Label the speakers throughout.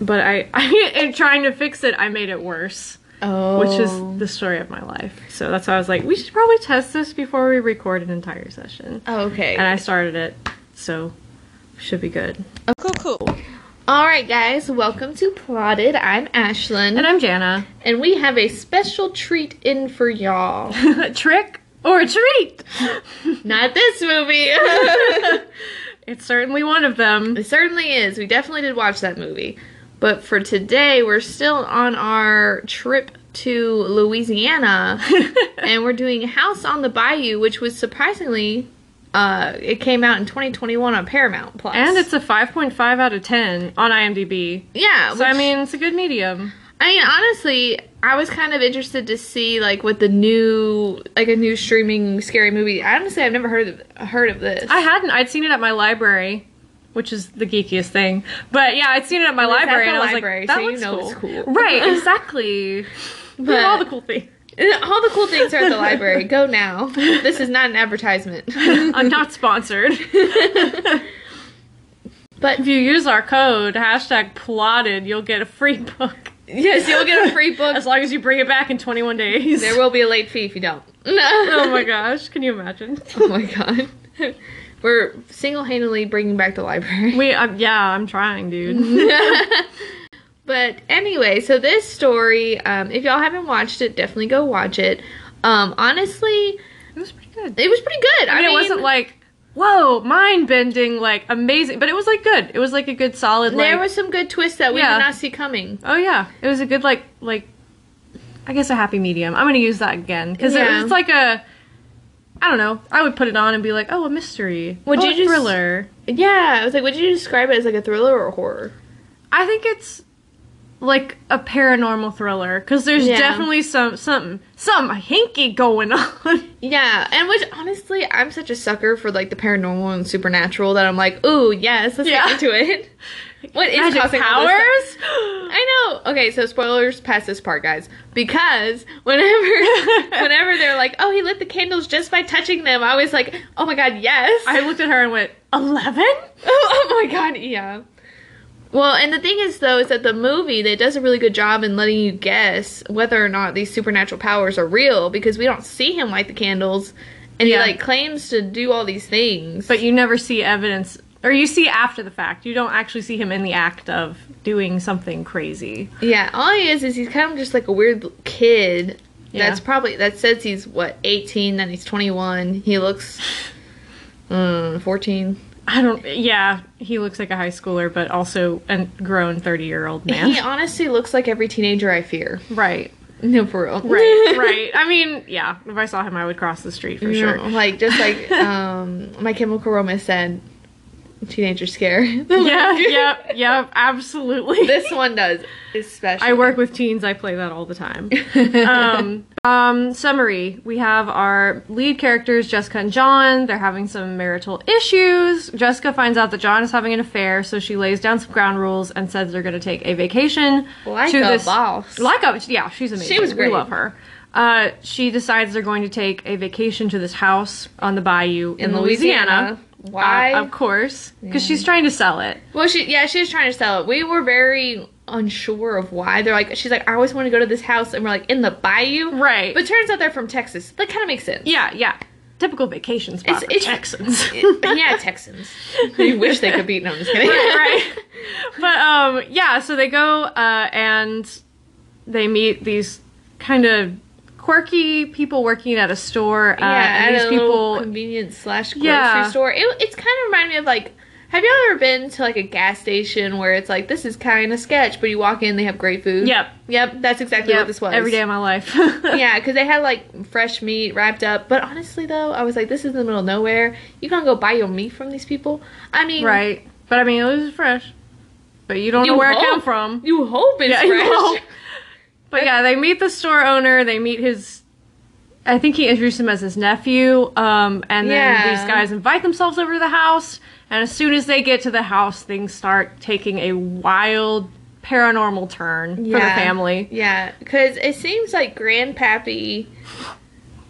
Speaker 1: but I, I in trying to fix it, I made it worse,
Speaker 2: Oh.
Speaker 1: which is the story of my life. So that's why I was like, we should probably test this before we record an entire session.
Speaker 2: Oh, okay.
Speaker 1: And I started it, so should be good.
Speaker 2: Oh, cool, cool. All right, guys, welcome to Plotted. I'm Ashlyn,
Speaker 1: And I'm Jana.
Speaker 2: and we have a special treat in for y'all.
Speaker 1: Trick or treat?
Speaker 2: Not this movie.
Speaker 1: It's certainly one of them.
Speaker 2: it certainly is. We definitely did watch that movie, but for today, we're still on our trip to Louisiana, and we're doing House on the Bayou, which was surprisingly. Uh, it came out in 2021 on Paramount Plus,
Speaker 1: And it's a 5.5 out of 10 on IMDb.
Speaker 2: yeah.
Speaker 1: So, I
Speaker 2: which-
Speaker 1: mean, it's a good medium.
Speaker 2: I mean, honestly, I was kind of interested to see like what the new like a new streaming scary movie. Honestly, I've never heard of, heard of this.
Speaker 1: I hadn't. I'd seen it at my library, which is the geekiest thing. But yeah, I'd seen it at my
Speaker 2: at
Speaker 1: library,
Speaker 2: the
Speaker 1: and I was
Speaker 2: library,
Speaker 1: like, "That
Speaker 2: so you
Speaker 1: looks
Speaker 2: know it's
Speaker 1: cool.
Speaker 2: cool.
Speaker 1: Right? Exactly. Look
Speaker 2: But-
Speaker 1: at all the cool things.
Speaker 2: Uh, All the cool things are at the library. Go now. This is not an advertisement.
Speaker 1: I'm not sponsored.
Speaker 2: But
Speaker 1: If you use our code hashtag plotted, you'll get a free book
Speaker 2: yes, you'll get a free book.
Speaker 1: as long as you bring it back in 21 days.
Speaker 2: There will be a late fee if you don't.
Speaker 1: oh my gosh! Can you imagine?
Speaker 2: Oh my god. We're single-handedly bringing back the library.
Speaker 1: We, um, yeah, I'm trying,
Speaker 2: Mm-hmm.
Speaker 1: dude.
Speaker 2: But anyway, so this story, um, if y'all haven't watched it, definitely go watch it. Um, honestly,
Speaker 1: it was pretty good.
Speaker 2: it was pretty good. I,
Speaker 1: I mean,
Speaker 2: mean,
Speaker 1: it wasn't like whoa, mind bending, like amazing, but it was like good. It was like a good solid.
Speaker 2: there
Speaker 1: like,
Speaker 2: was some good twists that we
Speaker 1: Yeah.
Speaker 2: did not see coming.
Speaker 1: Oh yeah, it was a good like like, I guess a happy medium. I'm gonna use that again because
Speaker 2: Yeah.
Speaker 1: it's like a, I don't know. I would put it on and be like, oh, a mystery.
Speaker 2: Would
Speaker 1: oh,
Speaker 2: you
Speaker 1: a
Speaker 2: just-
Speaker 1: thriller?
Speaker 2: Yeah, I was like, would you describe it as like a thriller or horror?
Speaker 1: I think it's like a paranormal thriller because there's
Speaker 2: Yeah.
Speaker 1: definitely some something some hinky going on.
Speaker 2: Yeah, and which honestly, I'm such a sucker for like the paranormal and supernatural that I'm like, ooh, yes, let's
Speaker 1: Yeah.
Speaker 2: get into it. What is
Speaker 1: Magic
Speaker 2: causing all this stuff?
Speaker 1: powers?
Speaker 2: I know. Okay, so spoilers past this part, guys, because whenever, whenever they're like, oh, he lit the candles just by touching them, I was like, oh my god, yes.
Speaker 1: I looked at her and went, eleven?
Speaker 2: oh, oh my god, yeah. Well, and the thing is though is that the movie that does a really good job in letting you guess whether or not these supernatural powers are real because we don't see him light the candles and
Speaker 1: Yeah.
Speaker 2: he like claims to do all these things.
Speaker 1: But you never see evidence, or you see after the fact. You don't actually see him in the act of doing something crazy.
Speaker 2: yeah, all he is is he's kind of just like a weird kid
Speaker 1: Yeah.
Speaker 2: that's probably that says he's what 18 then he's 21. He looks mm, 14.
Speaker 1: I don't. Yeah, he looks like a high schooler, but also a grown thirty-year-old man.
Speaker 2: He honestly looks like every teenager I fear.
Speaker 1: Right.
Speaker 2: No, for real.
Speaker 1: Right. right. I mean, yeah. If I saw him, I would cross the street for
Speaker 2: No,
Speaker 1: sure.
Speaker 2: Like just like um my chemical romance said teenager scare.
Speaker 1: yeah. Yep. Yep. Absolutely.
Speaker 2: This one does especially.
Speaker 1: I work with teens. I play that all the time. um, um, summary: We have our lead characters, Jessica and John. They're having some marital issues. Jessica finds out that John is having an affair, so she lays down some ground rules and says they're going to take a vacation
Speaker 2: Like
Speaker 1: to
Speaker 2: a
Speaker 1: this
Speaker 2: boss.
Speaker 1: Like a yeah, she's amazing.
Speaker 2: was great.
Speaker 1: We love her. Uh, she decides they're going to take a vacation to this house on the bayou in,
Speaker 2: In
Speaker 1: Louisiana.
Speaker 2: Louisiana. Why?
Speaker 1: Uh, of course, because she's trying to sell it.
Speaker 2: Well she yeah, she was trying to sell it. We were very unsure of why. They're like she's like, I always want to go to this house and we're like in the bayou.
Speaker 1: Right.
Speaker 2: But turns out they're from Texas. That kinda makes sense.
Speaker 1: Yeah, yeah. Typical vacation spot
Speaker 2: It's-
Speaker 1: for
Speaker 2: it's-
Speaker 1: Texans.
Speaker 2: yeah, Texans. You wish they could beat no, I'm just kidding.
Speaker 1: right. But um, yeah. So they go uh, and they meet these kind of quirky people working at a store. Uh,
Speaker 2: Yeah,
Speaker 1: and
Speaker 2: at
Speaker 1: these
Speaker 2: a
Speaker 1: people.
Speaker 2: little convenience slash grocery
Speaker 1: Yeah.
Speaker 2: store. It, it's kind of reminded me of like, have y'all ever been to like a gas station where it's like this is kind of sketch, but you walk in, they have great food.
Speaker 1: Yep.
Speaker 2: yep, that's exactly
Speaker 1: Yep,
Speaker 2: what this was.
Speaker 1: every day of my life.
Speaker 2: yeah, because they had like fresh meat wrapped up. But honestly, though, I was like, this is in the middle of nowhere. You gonna go buy your meat from these people? I mean,
Speaker 1: Right. But I mean, it was fresh. But you don't
Speaker 2: You
Speaker 1: know where
Speaker 2: hope.
Speaker 1: it came from.
Speaker 2: You hope it's
Speaker 1: Yeah, you
Speaker 2: fresh.
Speaker 1: hope. But yeah, they meet the store owner. They meet his. I think he introduced him as his nephew. Um, and then
Speaker 2: Yeah.
Speaker 1: these guys invite themselves over to the house. And as soon as they get to the house, things start taking a wild paranormal turn for the
Speaker 2: Yeah.
Speaker 1: family.
Speaker 2: Yeah, because it seems like Grandpappy.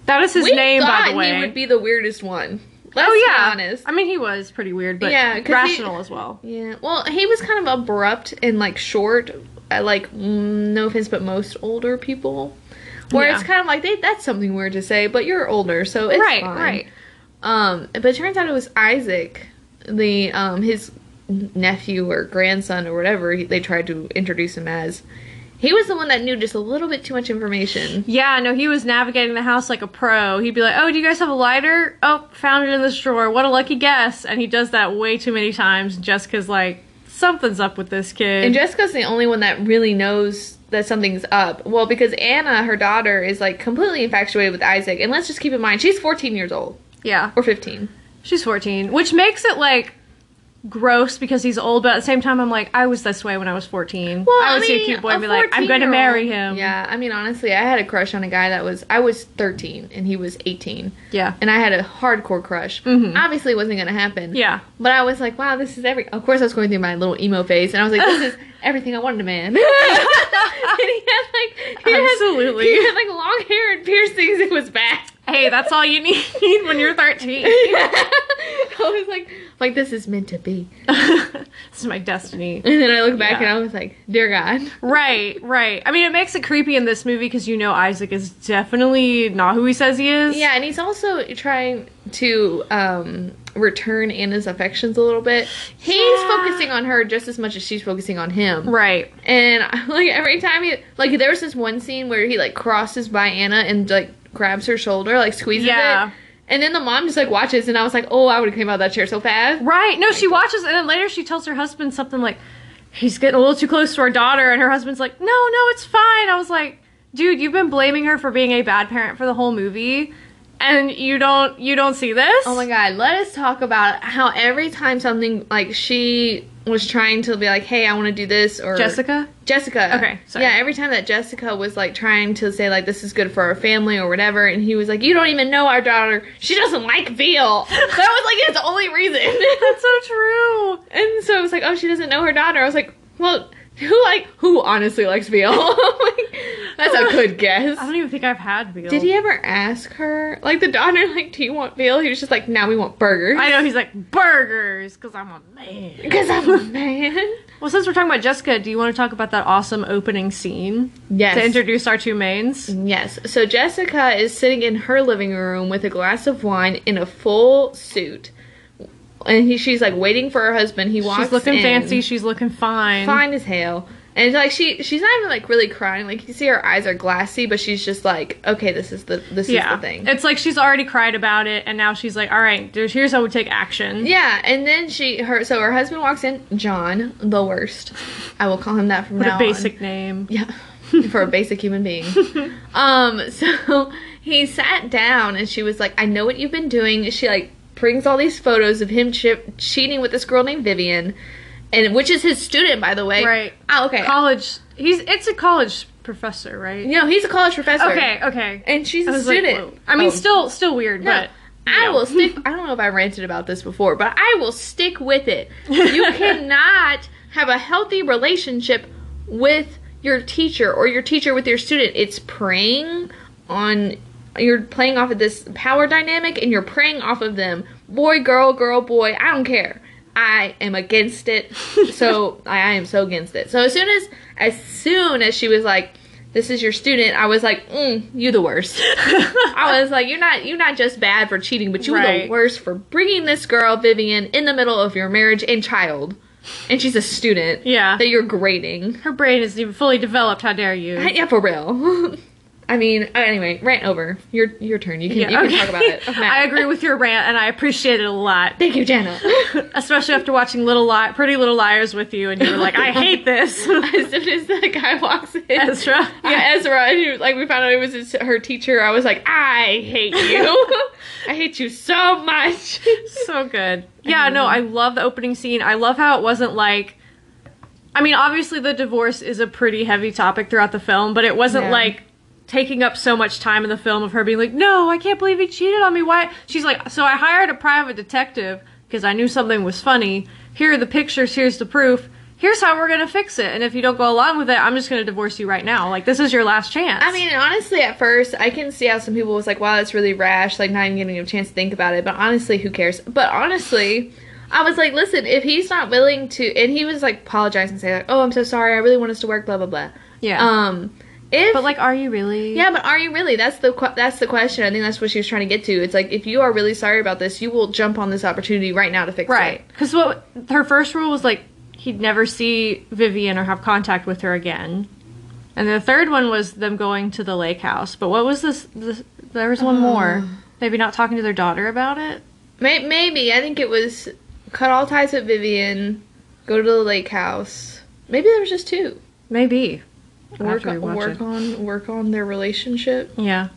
Speaker 1: That is his
Speaker 2: we
Speaker 1: name,
Speaker 2: thought
Speaker 1: by the way.
Speaker 2: he would be the weirdest one. Let's
Speaker 1: oh yeah,
Speaker 2: be honest.
Speaker 1: I mean, he was pretty weird, but
Speaker 2: Yeah, 'cause he-
Speaker 1: rational as well.
Speaker 2: Yeah. Well, he was kind of abrupt and like short. I like mm, no offense, but most older people, where it's
Speaker 1: Yeah.
Speaker 2: kind of like they, that's something weird to say, but you're older, so it's
Speaker 1: right,
Speaker 2: fine.
Speaker 1: right.
Speaker 2: Um, but it turns out it was Isaac, the um his nephew or grandson or whatever he, they tried to introduce him as. He was the one that knew just a little bit too much information.
Speaker 1: Yeah, no, he was navigating the house like a pro. He'd be like, "Oh, do you guys have a lighter? Oh, found it in this drawer. What a lucky guess!" And he does that way too many times. Jessica's like, "Something's up with this kid."
Speaker 2: And Jessica's the only one that really knows that something's up. Well, because Anna, her daughter, is like completely infatuated with Isaac. And let's just keep in mind, she's 14 years old
Speaker 1: yeah,
Speaker 2: or 15.
Speaker 1: she's fourteen, which makes it like gross because he's old. But at the same time, I'm like, I was this way when I was fourteen. I would see a
Speaker 2: mean,
Speaker 1: cute boy and be like, "I'm going to
Speaker 2: 14-year-old
Speaker 1: marry him."
Speaker 2: Yeah, I mean, honestly, I had a crush on a guy that was, I was 13 and he was 18.
Speaker 1: yeah,
Speaker 2: And I had a hardcore crush. Obviously, it wasn't going to happen.
Speaker 1: Mm-hmm. yeah.
Speaker 2: But I was like, wow, this is every. Of course, I was going through my little emo phase, and I was like, this is everything I wanted a man. and he had like, he had-
Speaker 1: Absolutely.
Speaker 2: he had like long hair and piercings. It was bad.
Speaker 1: Hey, that's all you need when you're thirteen.
Speaker 2: I was like, like this is meant to be.
Speaker 1: this is my destiny.
Speaker 2: And then I look back
Speaker 1: Yeah.
Speaker 2: and I was like, dear God.
Speaker 1: Right, right. I mean, it makes it creepy in this movie because you know Isaac is definitely not who he says he is.
Speaker 2: Yeah, and he's also trying to um, return Anna's affections a little bit. He's
Speaker 1: Yeah.
Speaker 2: focusing on her just as much as she's focusing on him.
Speaker 1: Right.
Speaker 2: And like every time he like there was this one scene where he like crosses by Anna and like grabs her shoulder, like squeezes
Speaker 1: Yeah.
Speaker 2: it. And then the mom just like watches and I was like, Oh, I would have came out of that chair so fast.
Speaker 1: Right. No, she watches and then later she tells her husband something like, he's getting a little too close to our daughter. And her husband's like, no, no, it's fine. I was like, dude, you've been blaming her for being a bad parent for the whole movie. And you don't you don't see this?
Speaker 2: Oh my god, let us talk about how every time something like she was trying to be like, Hey, I wanna do this or
Speaker 1: Jessica?
Speaker 2: Jessica.
Speaker 1: Okay, sorry.
Speaker 2: Yeah, every time that Jessica was like trying to say like this is good for our family or whatever, and he was like, You don't even know our daughter. She doesn't like veal. that was like his only reason.
Speaker 1: That's so true.
Speaker 2: And so I was like, oh, she doesn't know her daughter. I was like, well, who like who honestly likes veal? like, that's a good guess.
Speaker 1: I don't even think I've had veal.
Speaker 2: Did he ever ask her? Like the daughter, like, do you want veal? He was just like, no, we want burgers.
Speaker 1: I know he's like burgers because I'm a man.
Speaker 2: Because I'm a man.
Speaker 1: Well, since we're talking about Jessica, do you want to talk about that awesome opening scene
Speaker 2: Yes.
Speaker 1: to introduce our two mains?
Speaker 2: yes. So Jessica is sitting in her living room with a glass of wine in a full suit, and he, she's like waiting for her husband. He walks.
Speaker 1: She's looking
Speaker 2: in.
Speaker 1: fancy. She's looking fine.
Speaker 2: fine as hell. And it's like she she's not even like really crying. Like you see her eyes are glassy, but she's just like, okay, this is the this
Speaker 1: Yeah.
Speaker 2: is the thing.
Speaker 1: It's like she's already cried about it, and now she's like, all right, there's, here's how we take action.
Speaker 2: yeah, and then she her so her husband walks in, John, the worst. I will call him that from
Speaker 1: What
Speaker 2: now
Speaker 1: a
Speaker 2: on.
Speaker 1: basic name.
Speaker 2: Yeah. For a basic human being. um, so he sat down and she was like, I know what you've been doing. She like brings all these photos of him chi- cheating with this girl named Vivian. And which is his student, by the way.
Speaker 1: Right.
Speaker 2: Oh, okay.
Speaker 1: College. He's. It's a college professor, right?
Speaker 2: you know, he's a college professor.
Speaker 1: Okay. Okay.
Speaker 2: And she's
Speaker 1: I
Speaker 2: a
Speaker 1: was like,
Speaker 2: student.
Speaker 1: whoa. I mean,
Speaker 2: Oh.
Speaker 1: still, still weird,
Speaker 2: No,
Speaker 1: but
Speaker 2: I
Speaker 1: Yeah.
Speaker 2: will stick. I don't know if I ranted about this before, but I will stick with it. You cannot have a healthy relationship with your teacher or your teacher with your student. It's preying on. You're playing off of this power dynamic, and you're preying off of them. Boy, girl, girl, boy. I don't care. I am against it. So I I am so against it. So as soon as as soon as she was like, "This is your student," I was like, mm, "You the worst." I was like, you're not you're not just bad for cheating, but you were the
Speaker 1: Right.
Speaker 2: worst for bringing this girl Vivian in the middle of your marriage and child, and she's a student
Speaker 1: yeah.
Speaker 2: that you're grading.
Speaker 1: Her brain isn't even fully developed. How dare you?
Speaker 2: Yeah, for real. I mean, uh, anyway, rant over. Your your turn. You can you
Speaker 1: okay.
Speaker 2: can talk about it. I'm mad.
Speaker 1: I agree with your rant, and I appreciate it a lot.
Speaker 2: Thank you, Jana.
Speaker 1: Especially after watching Little Li- Pretty Little Liars with you, and you were like, I hate this.
Speaker 2: as soon as that guy walks in,
Speaker 1: Ezra.
Speaker 2: yeah, Ezra, and he was, like we found out it was his, her teacher. I was like, I hate you. I hate you so much.
Speaker 1: so good. Yeah, no, I love the opening scene. I love how it wasn't like. I mean, obviously, the divorce is a pretty heavy topic throughout the film, but it wasn't
Speaker 2: Yeah.
Speaker 1: like taking up so much time in the film of her being like, no, I can't believe he cheated on me. Why? She's like, so I hired a private detective because I knew something was funny. Here are the pictures, here's the proof. here's how we're gonna fix it, and if you don't go along with it, I'm just gonna divorce you right now. Like this is your last chance.
Speaker 2: I mean, and honestly, at first, I can see how some people was like, wow, that's really rash, like not even giving him a chance to think about it. But honestly, who cares? But honestly, I was like, listen, if he's not willing to, and he was like, apologize and say, like, oh, I'm so sorry, I really want us to work, blah, blah, blah.
Speaker 1: yeah.
Speaker 2: Um, if,
Speaker 1: but like, are you really?
Speaker 2: yeah, but are you really? That's the que- that's the question. I think that's what she was trying to get to. It's like if you are really sorry about this, you will jump on this opportunity right now to fix
Speaker 1: Right.
Speaker 2: it.
Speaker 1: Because what her first rule was like he'd never see Vivian or have contact with her again. And the third one was them going to the lake house. But what was this? this there was one more.
Speaker 2: Um.
Speaker 1: Maybe not talking to their daughter about it.
Speaker 2: May- maybe I think it was cut all ties with Vivian, go to the lake house. Maybe there was just two.
Speaker 1: Maybe. I'll have
Speaker 2: work
Speaker 1: to
Speaker 2: on,
Speaker 1: rewatch
Speaker 2: work
Speaker 1: it.
Speaker 2: on work on their relationship.
Speaker 1: Yeah.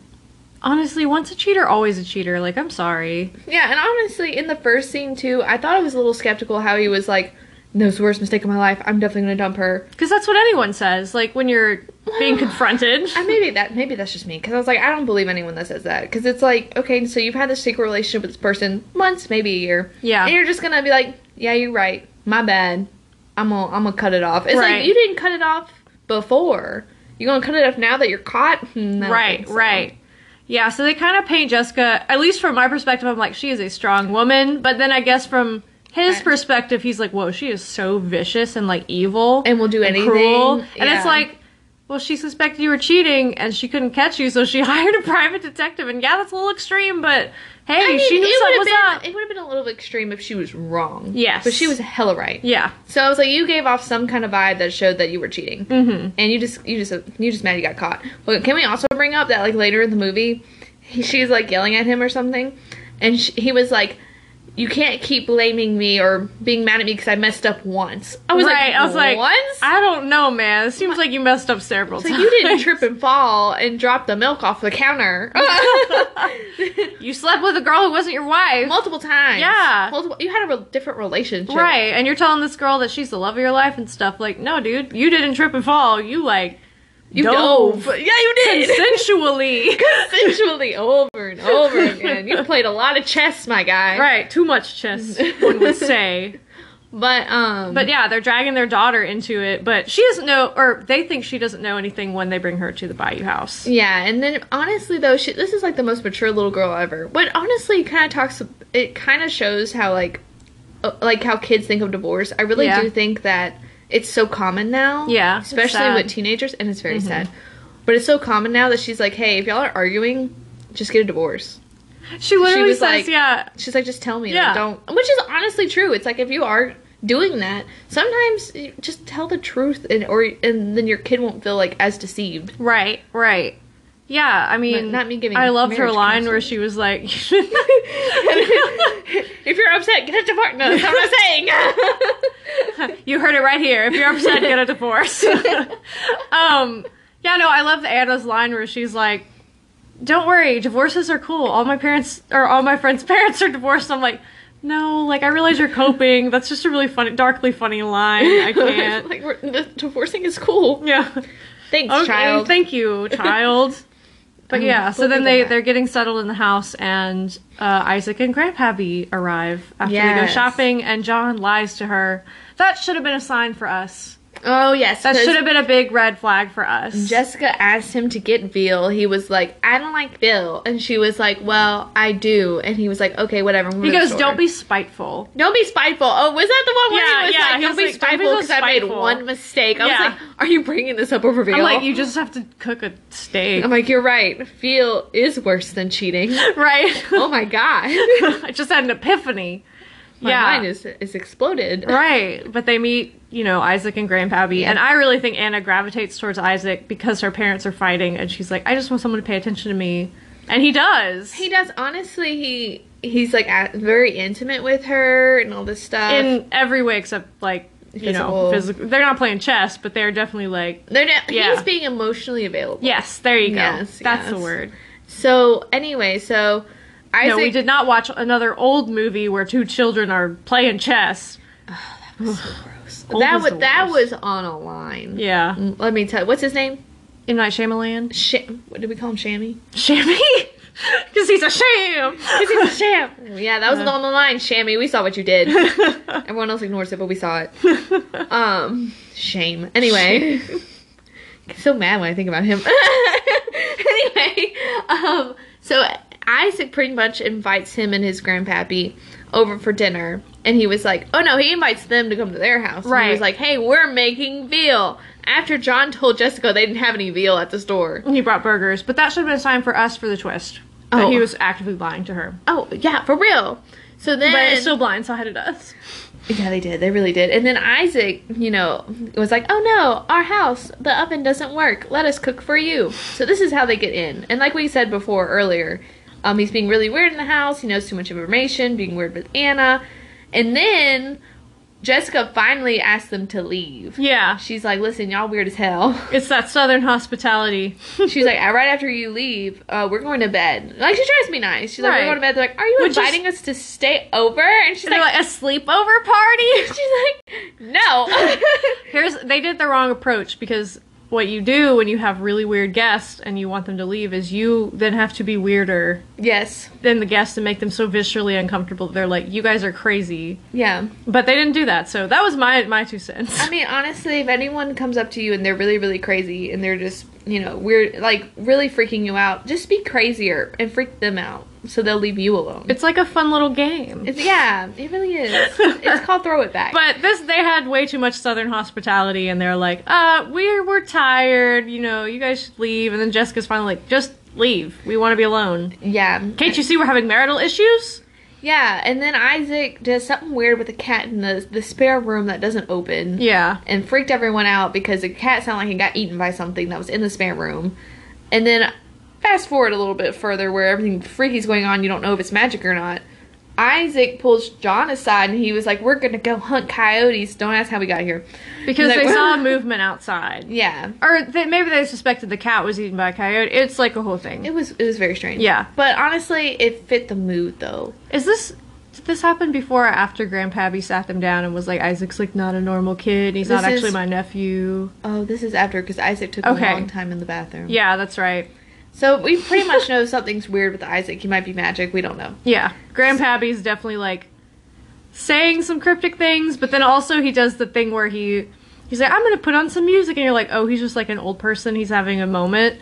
Speaker 1: Honestly, once a cheater, always a cheater. Like, I'm sorry.
Speaker 2: Yeah, and honestly, in the first scene too, I thought I was a little skeptical how he was like, "No, it's the worst mistake of my life. I'm definitely gonna dump her."
Speaker 1: Because that's what anyone says. Like, when you're being confronted.
Speaker 2: And maybe that maybe that's just me because I was like, I don't believe anyone that says that because it's like, okay, so you've had this secret relationship with this person months, maybe a year,
Speaker 1: Yeah.
Speaker 2: and you're just gonna be like, "Yeah, you're right. My bad. I'm gonna I'm gonna cut it off." It's
Speaker 1: Right.
Speaker 2: like you didn't cut it off before. You're gonna cut it off now that you're caught. Hmm, I don't
Speaker 1: Right,
Speaker 2: think so.
Speaker 1: right. Yeah, so they kind of paint Jessica, at least from my perspective, I'm like, she is a strong woman. But then I guess from his
Speaker 2: Right.
Speaker 1: perspective, he's like, whoa, she is so vicious and like evil.
Speaker 2: And will do anything.
Speaker 1: Cruel. And it's
Speaker 2: Yeah.
Speaker 1: like, well, she suspected you were cheating and she couldn't catch you, so she hired a private detective. And yeah, that's a little extreme, but hey,
Speaker 2: I mean,
Speaker 1: she knew
Speaker 2: it
Speaker 1: something
Speaker 2: would've
Speaker 1: was
Speaker 2: been-
Speaker 1: up.
Speaker 2: It would have been a little extreme if she was wrong.
Speaker 1: Yes.
Speaker 2: But she was hella right.
Speaker 1: Yeah,
Speaker 2: So I was like, you gave off some kind of vibe that showed that you were cheating, mm-hmm. and you just you just you just mad you got caught. But can we also bring up that like later in the movie, he, she's like yelling at him or something, and sh he was like, "You can't keep blaming me or being mad at me because I messed up once." I was
Speaker 1: right.
Speaker 2: like,
Speaker 1: I was like,
Speaker 2: once."
Speaker 1: I don't know, man. It seems like you messed up several
Speaker 2: It's like
Speaker 1: times.
Speaker 2: you didn't trip and fall and drop the milk off the counter
Speaker 1: You slept with a girl who wasn't your wife.
Speaker 2: multiple times.
Speaker 1: Yeah.
Speaker 2: multiple. You had a re- different relationship,
Speaker 1: Right, and you're telling this girl that she's the love of your life and stuff. Like, no, dude, you didn't trip and fall. You like
Speaker 2: You
Speaker 1: dove
Speaker 2: dove. Yeah, you did.
Speaker 1: sensually.
Speaker 2: Consensually over and over again. You played a lot of chess, my guy.
Speaker 1: right, too much chess, one would say.
Speaker 2: But um
Speaker 1: But yeah, they're dragging their daughter into it, but she doesn't know, or they think she doesn't know anything when they bring her to the Bayou house.
Speaker 2: yeah, and then honestly though, she, this is like the most mature little girl ever. But honestly, kind of talks it kind of shows how like uh, like how kids think of divorce. I really
Speaker 1: Yeah.
Speaker 2: do think that it's so common now.
Speaker 1: Yeah, it's
Speaker 2: Especially
Speaker 1: sad. Mm-hmm.
Speaker 2: with teenagers and it's very sad. But it's so common now that she's like, "Hey, if y'all are arguing, just get a divorce."
Speaker 1: She literally
Speaker 2: was
Speaker 1: says,
Speaker 2: like-
Speaker 1: yeah,
Speaker 2: She's like, just tell me.
Speaker 1: Yeah.
Speaker 2: Yeah. don't. Which is honestly true. It's like if you are doing that, sometimes you just tell the truth, and or and then your kid won't feel like as deceived.
Speaker 1: right, right. Yeah, I mean,
Speaker 2: not me giving
Speaker 1: I loved her
Speaker 2: marriage
Speaker 1: line where
Speaker 2: counseling.
Speaker 1: she was like,
Speaker 2: if you're upset, get a divorce. No, that's not what I'm saying.
Speaker 1: you heard it right here. If you're upset, get a divorce. um, yeah, no, I love the Anna's line where she's like, "Don't worry, divorces are cool. All my parents or all my friends' parents are divorced." I'm like, no, like I realize you're coping. That's just a really funny, darkly funny line. I can't.
Speaker 2: like we're, the divorcing is cool.
Speaker 1: Yeah.
Speaker 2: Thanks,
Speaker 1: Okay.
Speaker 2: child.
Speaker 1: Thank you, child. But
Speaker 2: Um,
Speaker 1: yeah, so
Speaker 2: we'll
Speaker 1: then
Speaker 2: give them
Speaker 1: they
Speaker 2: that.
Speaker 1: they're getting settled in the house, and uh, Isaac and Grandpappy arrive after they go
Speaker 2: Yes.
Speaker 1: shopping, and John lies to her. That should have been a sign for us.
Speaker 2: oh yes,
Speaker 1: That
Speaker 2: 'cause
Speaker 1: should have been a big red flag for us.
Speaker 2: Jessica asked him to get veal. He was like, "I don't like veal," and she was like, "Well, I do." And he was like, "Okay, whatever." I'm
Speaker 1: he
Speaker 2: going to the
Speaker 1: goes,
Speaker 2: store."
Speaker 1: "Don't be spiteful."
Speaker 2: Don't be spiteful. Oh, was that the one where
Speaker 1: Yeah,
Speaker 2: he was
Speaker 1: yeah,
Speaker 2: like,
Speaker 1: he
Speaker 2: don't
Speaker 1: was
Speaker 2: be
Speaker 1: like, don't be
Speaker 2: spiteful
Speaker 1: so
Speaker 2: because I made
Speaker 1: spiteful."
Speaker 2: one mistake? I
Speaker 1: Yeah.
Speaker 2: was like, are you bringing this up over veal?
Speaker 1: I'm like, you just have to cook a steak,
Speaker 2: I'm like, you're right. Veal is worse than cheating.
Speaker 1: right?
Speaker 2: oh my god.
Speaker 1: I just had an epiphany.
Speaker 2: my
Speaker 1: yeah,
Speaker 2: mind is, is exploded.
Speaker 1: right. But they meet, you know, Isaac and Grandpappy, and I really think Anna gravitates towards Isaac because her parents are fighting, and she's like, "I just want someone to pay attention to me," and he does.
Speaker 2: He does, honestly, he he's like a- very intimate with her and all this stuff.
Speaker 1: in every way except like you know
Speaker 2: Physical.
Speaker 1: physical. They're not playing chess, but they're definitely like,
Speaker 2: They're not,
Speaker 1: Yeah.
Speaker 2: He's being emotionally available.
Speaker 1: "Yes, there you go.
Speaker 2: Yes,
Speaker 1: That's the
Speaker 2: yes.
Speaker 1: word."
Speaker 2: So, anyway, so Isaac.
Speaker 1: No, we did not watch another old movie where two children are playing chess. Old
Speaker 2: That
Speaker 1: was
Speaker 2: was,
Speaker 1: the
Speaker 2: that
Speaker 1: worst.
Speaker 2: was on a line. Mm,
Speaker 1: Yeah.
Speaker 2: Let me tell you. What's his name?
Speaker 1: M. Night Shyamalan.
Speaker 2: Sh- what did we call him? Shammy?
Speaker 1: Shammy? Because he's a sham. Because
Speaker 2: He's a sham. Yeah, that was on the line, Shammy. We saw what you did. Everyone else ignores it, but we saw it. Um, shame. Anyway, I'm so mad when I think about him. anyway, um, so Isaac pretty much invites him and his grandpappy over for dinner, and he was like, "Oh no," he invites them to come to their house. And he
Speaker 1: Right.
Speaker 2: was like, "Hey, we're making veal." After John told Jessica they didn't have any veal at the store.
Speaker 1: he brought burgers, but that should have been a sign for us for the twist. That
Speaker 2: Oh.
Speaker 1: he was actively lying to her.
Speaker 2: Oh yeah, for real. So then,
Speaker 1: But it's still blindsided us.
Speaker 2: Yeah, they did. They really did. And then Isaac, you know, was like, "Oh no, our house, the oven doesn't work. Let us cook for you." So this is how they get in. And like we said before earlier, um, he's being really weird in the house. He knows too much information, being weird with Anna. And then Jessica finally asks them to leave.
Speaker 1: Yeah.
Speaker 2: She's like, "Listen, y'all weird as hell."
Speaker 1: It's that southern hospitality.
Speaker 2: She's like, "Uh, "Right after you leave, uh, we're going to bed." Like she tries to be nice. She's like,
Speaker 1: Right.
Speaker 2: "We're going to bed." They're like, "Are you
Speaker 1: Which is-
Speaker 2: inviting us to stay over?" And she's
Speaker 1: They're
Speaker 2: like,
Speaker 1: like a sleepover party.
Speaker 2: "She's like, no."
Speaker 1: Here's they did the wrong approach because what you do when you have really weird guests and you want them to leave is you then have to be weirder
Speaker 2: Yes.
Speaker 1: than the guests and make them so viscerally uncomfortable that they're like, "You guys are crazy."
Speaker 2: Yeah.
Speaker 1: But they didn't do that, so that was my my two cents.
Speaker 2: I mean, honestly, if anyone comes up to you and they're really, really crazy and they're just, you know, weird, like really freaking you out, just be crazier and freak them out so they'll leave you alone.
Speaker 1: It's like a fun little game.
Speaker 2: It's, yeah, it really is. It's called throw it back.
Speaker 1: But this, they had way too much Southern hospitality, and they're like, "Uh, we're we're tired. You know, you guys should leave." And then Jessica's finally like, "Just leave. We want to be alone."
Speaker 2: yeah,
Speaker 1: Can't you see we're having marital issues?
Speaker 2: yeah. And then Isaac does something weird with a cat in the the spare room that doesn't open.
Speaker 1: Yeah.
Speaker 2: and freaked everyone out because the cat sounded like he got eaten by something that was in the spare room. And then fast forward a little bit further where everything freaky's going on, you don't know if it's magic or not. Isaac pulls John aside and he was like, We're gonna go hunt coyotes. Don't ask how we got here.
Speaker 1: Because
Speaker 2: Like,
Speaker 1: they saw movement outside.
Speaker 2: Yeah.
Speaker 1: Or they, maybe they suspected the cat was eaten by a coyote. It's like a whole thing.
Speaker 2: It was it was very strange.
Speaker 1: Yeah.
Speaker 2: But honestly, it fit the mood though.
Speaker 1: Is this. Did this happen before or after Grandpappy sat them down and was like, Isaac's like not a normal kid, he's not
Speaker 2: This is-
Speaker 1: actually my nephew?
Speaker 2: Oh, this is after because Isaac took
Speaker 1: Okay.
Speaker 2: a long time in the bathroom.
Speaker 1: Yeah, that's right.
Speaker 2: So we pretty much know something's weird with Isaac. He might be magic. We don't know.
Speaker 1: Yeah, Grandpappy's definitely like saying some cryptic things, but then also he does the thing where he he's like, "I'm gonna put on some music," and you're like, "Oh, he's just like an old person. He's having a moment."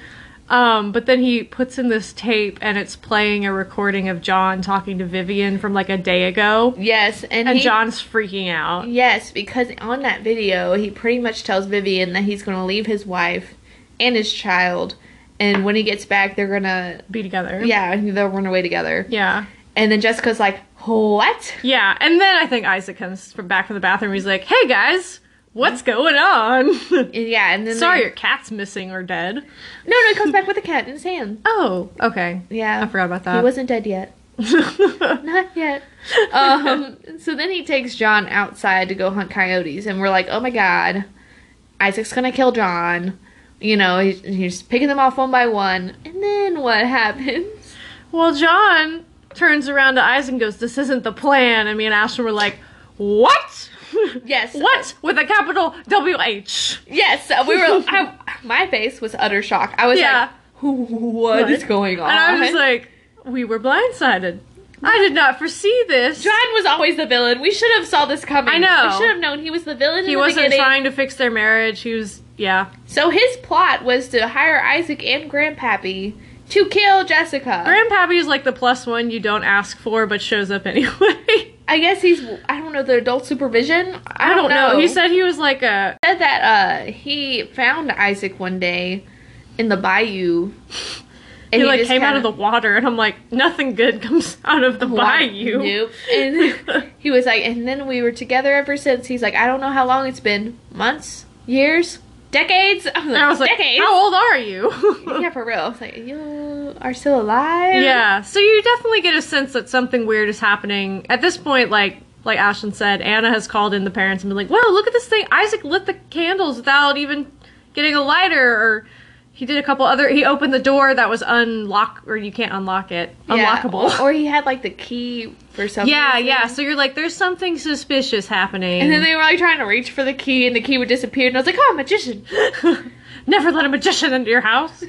Speaker 1: Um, but then he puts in this tape, and it's playing a recording of John talking to Vivian from like a day ago,
Speaker 2: Yes, and,
Speaker 1: and
Speaker 2: he-
Speaker 1: John's freaking out.
Speaker 2: Yes, because on that video, he pretty much tells Vivian that he's going to leave his wife and his child, and when he gets back, they're going to,
Speaker 1: Be together.
Speaker 2: yeah, they'll run away together.
Speaker 1: yeah,
Speaker 2: And then Jessica's like, What?
Speaker 1: yeah. And then I think Isaac comes from back from the bathroom. He's like, "Hey guys, what's going on?"
Speaker 2: And yeah, and then.
Speaker 1: Sorry,
Speaker 2: they-
Speaker 1: your cat's missing or dead.
Speaker 2: No, no, he comes back with a cat in his hand.
Speaker 1: Oh, okay.
Speaker 2: Yeah.
Speaker 1: I forgot about
Speaker 2: He
Speaker 1: that.
Speaker 2: wasn't dead yet. Not yet. Um, so then he takes John outside to go hunt coyotes, and we're like, oh my god, Isaac's gonna kill John. You know, he's, he's picking them off one by one. And then what happens?
Speaker 1: well, John turns around to Isaac and goes, "This isn't the plan." And me and Ashton were like, "What?
Speaker 2: Yes.
Speaker 1: what with a capital W H?"
Speaker 2: Yes, uh, we were. I, my face was utter shock. I was
Speaker 1: Yeah.
Speaker 2: like, what is going on?
Speaker 1: And I was like, "We were blindsided. I did not foresee this.
Speaker 2: John was always the villain. We should have saw this coming.
Speaker 1: I know.
Speaker 2: We should have known he was the villain.
Speaker 1: he
Speaker 2: in the
Speaker 1: wasn't
Speaker 2: beginning.
Speaker 1: trying to fix their marriage. He was, yeah,
Speaker 2: So his plot was to hire Isaac and Grandpappy to kill Jessica.
Speaker 1: Grandpappy is like the plus one you don't ask for but shows up anyway."
Speaker 2: I guess he's I don't know the adult supervision. I,
Speaker 1: I
Speaker 2: don't, know.
Speaker 1: He said he was like a
Speaker 2: said that uh he found Isaac one day in the bayou. And
Speaker 1: he, like
Speaker 2: just
Speaker 1: came out of
Speaker 2: kinda-
Speaker 1: the water, and I'm like, nothing good comes out of the bayou.
Speaker 2: Nope. And he was like, and then we were together ever since. He's like, I don't know how long it's been. Months, years, decades. I'm
Speaker 1: And I was like,
Speaker 2: decades.
Speaker 1: how old are you?
Speaker 2: yeah, for real. It's like you are still alive.
Speaker 1: yeah. So you definitely get a sense that something weird is happening. At this point, like like Ashton said, Anna has called in the parents and been like, Well, look at this thing. Isaac lit the candles without even getting a lighter or he did a couple other he opened the door that was unlock or you can't unlock it.
Speaker 2: Yeah.
Speaker 1: Unlockable.
Speaker 2: Or, or he had like the key for something.
Speaker 1: yeah, yeah. Mm-hmm. So you're like, there's something suspicious happening.
Speaker 2: And then they were like trying to reach for the key, and the key would disappear. And I was like, "Oh, magician!"
Speaker 1: Never let a magician into your house.